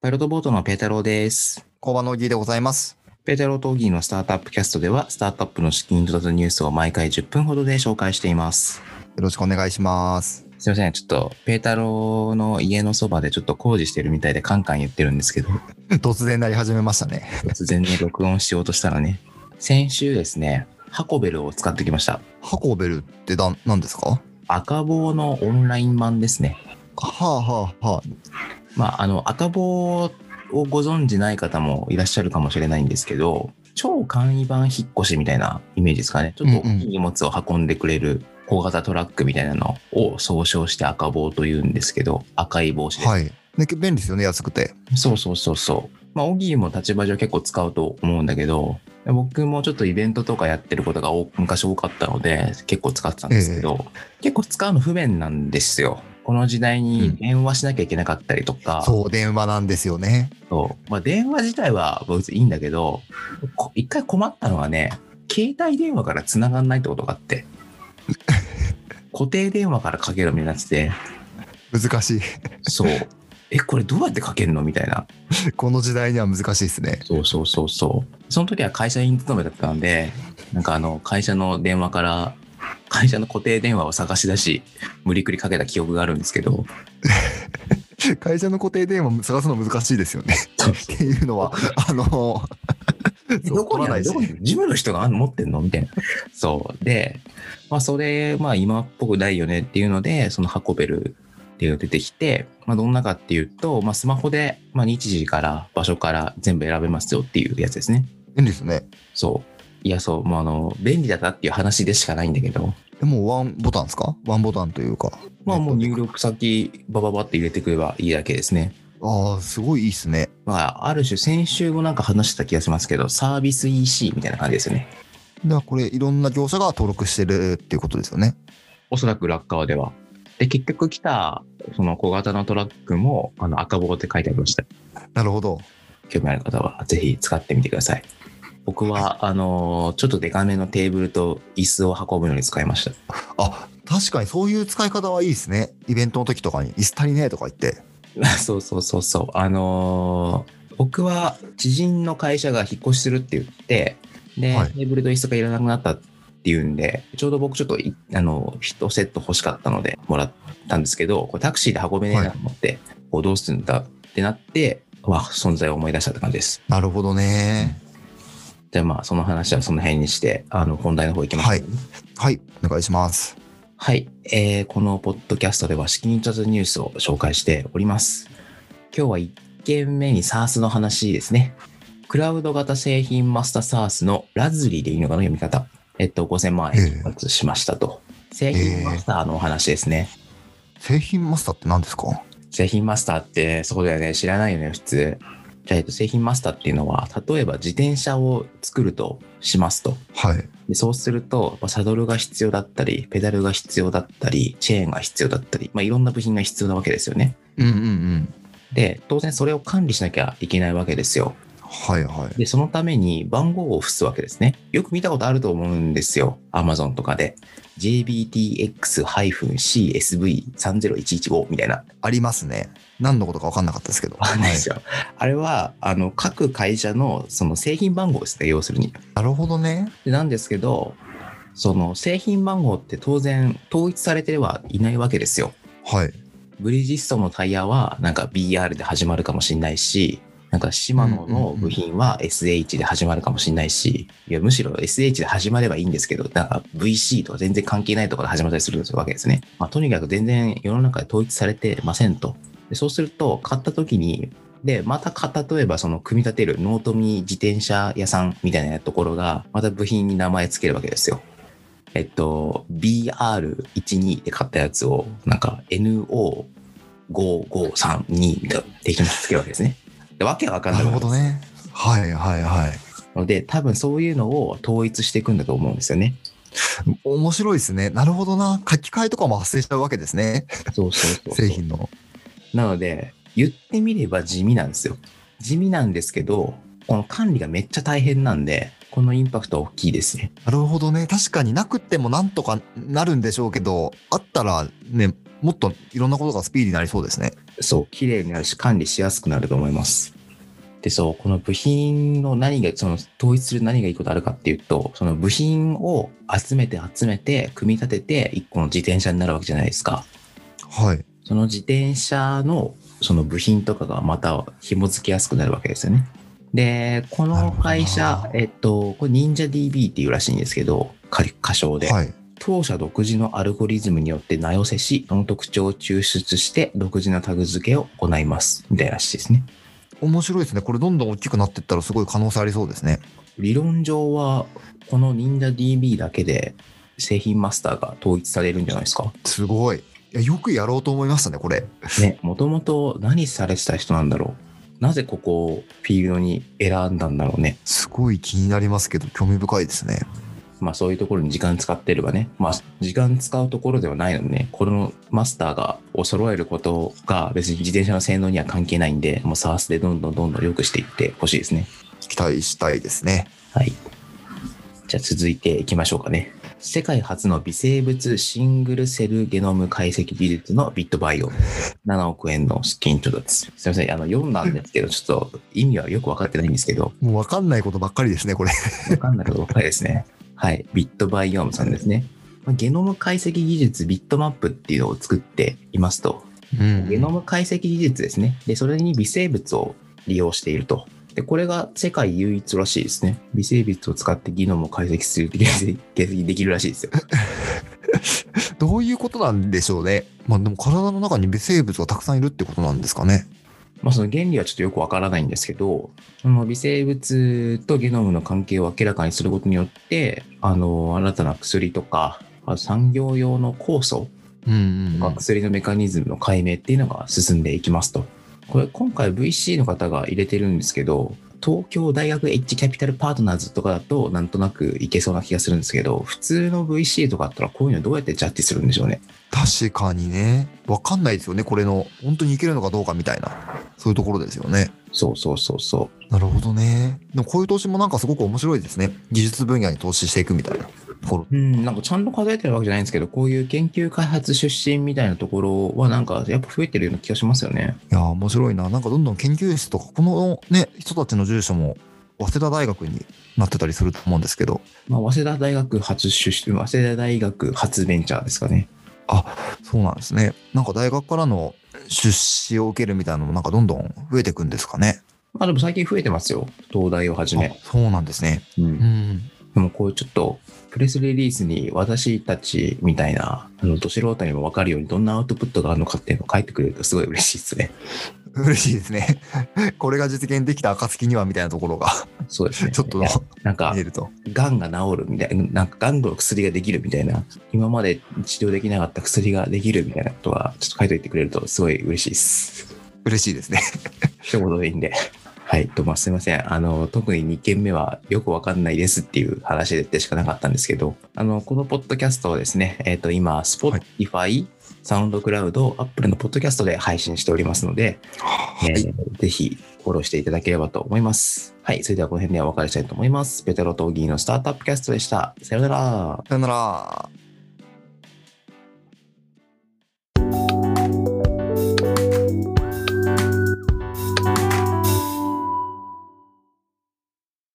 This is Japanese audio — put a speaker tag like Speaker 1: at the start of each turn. Speaker 1: パイロットボートのペータローです。
Speaker 2: 工場のぎでございます。
Speaker 1: ペータローとギーのスタートアップキャストでは、スタートアップの資金に立たニュースを毎回10分ほどで紹介しています。
Speaker 2: よろしくお願いします。
Speaker 1: すいません。ちょっと、ペータローの家のそばでちょっと工事してるみたいでカンカン言ってるんですけど、
Speaker 2: 突然なり始めましたね。
Speaker 1: 突然ね、録音しようとしたらね、先週ですね、ハコベルを使ってきました。
Speaker 2: ハコベルってだ何ですかは
Speaker 1: 赤棒のオンライン版ですね。
Speaker 2: あはあはあ。
Speaker 1: まあ、あの、赤棒をご存じない方もいらっしゃるかもしれないんですけど、超簡易版引っ越しみたいなイメージですかね。ちょっと
Speaker 2: うんうん
Speaker 1: 大きい荷物を運んでくれる小型トラックみたいなのを総称して赤棒というんですけど、赤い帽子です。
Speaker 2: はい。ね、便利ですよね、安くて。
Speaker 1: そうそうそうそう。まあ、オギーも立場上結構使うと思うんだけど、僕もちょっとイベントとかやってることが多昔多かったので、結構使ってたんですけど、結構使うの不便なんですよ。この時代
Speaker 2: う
Speaker 1: に
Speaker 2: ん
Speaker 1: 電話しなきゃいけなかったりとか、
Speaker 2: そう、電話なんですよね。
Speaker 1: そう。まあ、電話自体は別にいいんだけど、こ一回困ったのはね、携帯電話から繋がんないってことがあ って。固定電話からかけるみたいになってて、
Speaker 2: 難し
Speaker 1: そう。え、これどうやってかけるのみたいな。
Speaker 2: い。この時代には難しいですね。
Speaker 1: そうそうそうそう。その時は会社員勤めだったんで、なんかあの、会社の電話から、会社の固定電話を探し出し、無理くりかけた記憶があるんですけど、
Speaker 2: 会社の固定電話探すの難しいですよね。っていうのは、あの、
Speaker 1: え
Speaker 2: そう
Speaker 1: どこにあるど
Speaker 2: 取
Speaker 1: こ
Speaker 2: ら
Speaker 1: にあ
Speaker 2: ない
Speaker 1: るジムの人があんの持ってんのみたいな。 そう。で、まあ、それ、まあ、今っぽくないよねっていうので、その運べるっていうのが出てきて、まあ、どんなかっていうと、まあ、スマホで、まあ、日時から場所から全部選べますよっていうやつですね。
Speaker 2: 便利ですね。
Speaker 1: そう。いや、そう、もうあの、便利だなっていう話でしかないんだけど、
Speaker 2: でもワンボタンですかワンボタンというか。
Speaker 1: まあ、もう
Speaker 2: ネッ
Speaker 1: 入力先、バババって入れてくればいいだけですね。
Speaker 2: トでああ、すごいいいですね。
Speaker 1: まあ、ある種、先週もなんか話してた気がしますけど、サービス EC みたいな感じですよね。
Speaker 2: だからこれ、いろんな業者が登録してるっていうことですよね。
Speaker 1: おそらく落川では。で、結局来た、その小型のトラックも、あの、赤棒って書いてありました。
Speaker 2: なるほど。
Speaker 1: 興味ある方は、ぜひ使ってみてください。僕は、あのーちょっとデカめのテーブルと椅子を運ぶのに使いました。
Speaker 2: あ確かにそういう使い方はいいですねイベントの時とかに椅子足りねえとか言って
Speaker 1: そうそうそうそう。あのー僕は知人の会社が引っ越しするって言って、で、
Speaker 2: はい
Speaker 1: テーブルと椅子がいらなくなったっていうんで、ちょうど僕ちょっとい、あの、一セット欲しかったのでもらったんですけど、これタクシーで運べねえなと思って、こうどうするんだってなって、わ、存在を思い出したって感じです。
Speaker 2: なるほどね
Speaker 1: じゃあまあ、その話はその辺にして、あの、本題の方行きます。
Speaker 2: はいはいお願いします
Speaker 1: はい、えーこのポッドキャストでは資金調達ニュースを紹介しております。今日は1件目に SARS の話ですね。クラウド型製品マスター SARS のラズリーでいいのかな読み方。えっと、5000万円調達しましたと。製品マスターのお話ですね。
Speaker 2: 製品マスターって何ですか
Speaker 1: 製品マスターってそうだよね。知らないよね、普通。じゃあ、えっと、製品マスターっていうのは、例えば自転車を作るとしますと。
Speaker 2: はい
Speaker 1: でそうすると、まあサドルが必要だったり、ペダルが必要だったり、チェーンが必要だったり、まあ、いろんな部品が必要なわけですよね。
Speaker 2: うんうんうん
Speaker 1: で、当然それを管理しなきゃいけないわけですよ。
Speaker 2: はいはい
Speaker 1: で、そのために番号を付すわけですね。よく見たことあると思うんですよ。Amazon とかで。JBTX-CSV30115 みたいな。
Speaker 2: ありますね何のことか分かんなかったですけど
Speaker 1: あるん
Speaker 2: は
Speaker 1: で
Speaker 2: い
Speaker 1: すよ。あれは、あの、各会社のその製品番号ですね、要するに。
Speaker 2: なるほどね
Speaker 1: でなんですけど、その製品番号って当然統一されてはいないわけですよ。
Speaker 2: はい
Speaker 1: ブリヂストンのタイヤはなんか BR で始まるかもしれないし、なんかシマノの部品は SH で始まるかもしれないし、いやむしろ SH で始まればいいんですけど、なんか VC とか全然関係ないところで始まったりするわけですね。まあ、とにかく全然世の中で統一されてませんと。でそうすると、買った時に、で、また買った例えばその組み立てるノートミ自転車屋さんみたいなところが、また部品に名前つけるわけですよ。えっと、BR12 で買ったやつを、なんか NO 5532ができますけるわけですね。でわけわかんな
Speaker 2: な
Speaker 1: く
Speaker 2: る
Speaker 1: な
Speaker 2: ほ
Speaker 1: る
Speaker 2: どねはいはいはい
Speaker 1: ので、多分そういうのを統一していくんだと思うんですよね。
Speaker 2: 面白いですねなるほどな書き換えとかも発生しちゃうわけですね
Speaker 1: そうそうそう
Speaker 2: 製品の
Speaker 1: なので、言ってみれば地味なんですよ。地味なんですけど、この管理がめっちゃ大変なんで、このインパクトは大きいですね。
Speaker 2: なるほどね確かになくてもなんとかなるんでしょうけどあったらねもっといろんなことがスピーディーになりそうですね
Speaker 1: そう、綺麗になるし、管理しやすくなると思います。で、そう、この部品の何が、その統一する何がいいことあるかっていうと、その部品を集めて集めて、組み立てて、一個の自転車になるわけじゃないですか。
Speaker 2: はい。
Speaker 1: その自転車のその部品とかがまた紐付けやすくなるわけですよね。で、こ
Speaker 2: なる
Speaker 1: の
Speaker 2: ほどな
Speaker 1: 会社、えっと、これ NinjaDB っていうらしいんですけど、か仮称で。
Speaker 2: はい。
Speaker 1: 当社独自のアルゴリズムによって名寄せし、その特徴を抽出して独自のタグ付けを行います。みたいな話ですね。
Speaker 2: 面白いですね。これどんどん大きくなっていったらすごい可能性ありそうですね。
Speaker 1: 理論上は、この NinjaDB だけで製品マスターが統一されるんじゃないですか。
Speaker 2: すごい。いやよくやろうと思いましたね、これ。
Speaker 1: ね、もともと何されてた人なんだろう。なぜここをフィールドに選んだんだろうね。
Speaker 2: すごい気になりますけど、興味深いですね。
Speaker 1: まあそういうところに時間使ってればね、まあ時間使うところではないのでね、このマスターがを揃えることが別に自転車の性能には関係ないんで、もう SARS でどんどんどんどん良くしていってほしいですね。
Speaker 2: 期待したいですね。
Speaker 1: はい。じゃあ続いていきましょうかね。世界初の微生物シングルセルゲノム解析技術のビットバイオ。7億円の資金調達。すいません、あの4なんですけど、ちょっと意味はよくわかってないんですけど、
Speaker 2: もう分かんないことばっかりですね、これ。
Speaker 1: わかんないことばっかりですね。はい。ビットバイオームさんですね。まあゲノム解析技術ビットマップっていうのを作っていますと。
Speaker 2: うん
Speaker 1: ゲノム解析技術ですね。で、それに微生物を利用していると。で、これが世界唯一らしいですね。微生物を使ってゲノムを解析する、解析できるらしいですよ。
Speaker 2: どういうことなんでしょうね。まあでも体の中に微生物がたくさんいるってことなんですかね。
Speaker 1: まあ、その原理はちょっとよくわからないんですけど、その微生物とゲノムの関係を明らかにすることによって、あの、新たな薬とか、あと産業用の酵素
Speaker 2: うん
Speaker 1: まあ薬のメカニズムの解明っていうのが進んでいきますと。これ今回 VC の方が入れてるんですけど、東京大学 H キャピタルパートナーズとかだとなんとなくいけそうな気がするんですけど、普通の VC とかだったらこういうのどうやってジャッジするんでしょうね。
Speaker 2: 確かにね。わかんないですよね、これの。本当にいけるのかどうかみたいな。そういうところですよね。
Speaker 1: そうそうそうそ
Speaker 2: なるほどね。でもこういう投資もなんかすごく面白いですね。技術分野に投資していくみたいなところ。
Speaker 1: う。うん、なんかちゃんと数えてるわけじゃないんですけど、こういう研究開発出身みたいなところはなんかやっぱ増えてるような気がしますよね。
Speaker 2: いやー、面白いな。なんかどんどん研究室とか、このね、人たちの住所も、早稲田大学になってたりすると思うんですけど、
Speaker 1: まあ、早稲田大学初出身、早稲田大学初ベンチャーですかね。
Speaker 2: そうなんですね。なんか大学からの出資を受けるみたいなのもなんかどんどん増えていくんですかね。
Speaker 1: まあでも最近増えてますよ。東大をはじめ。
Speaker 2: あそうなんですね。
Speaker 1: うん
Speaker 2: うん。
Speaker 1: でもこうちょっとプレスリリースに私たちみたいなあのど素人にも分かるようにどんなアウトプットがあるのかっていうのを書いてくれるとすごい嬉しいですね。
Speaker 2: 嬉しいですね。 これが実現できた暁にはみたいなところが
Speaker 1: そうですね。
Speaker 2: ちょっと
Speaker 1: いやなんか
Speaker 2: 見えると。
Speaker 1: がんが治るみたいな、なんかがんの薬ができるみたいな、今まで治療できなかった薬ができるみたいなことはちょっと書いておいてくれるとすごい嬉しいです。
Speaker 2: 嬉しいですね。
Speaker 1: 一言でいいんで。はい。と、まあ、すいません。あの、特に2件目はよくわかんないですっていう話でしかなかったんですけど、あの、このポッドキャストをですね、えっ、と、今、Spotify、サウンドクラウド、Apple のポッドキャストで配信しておりますので、えーぜひフォローしていただければと思います。はい。それではこの辺でお別れしたいと思います。ペテロとギーのスタートアップキャストでした。さようなら。
Speaker 2: さよなら。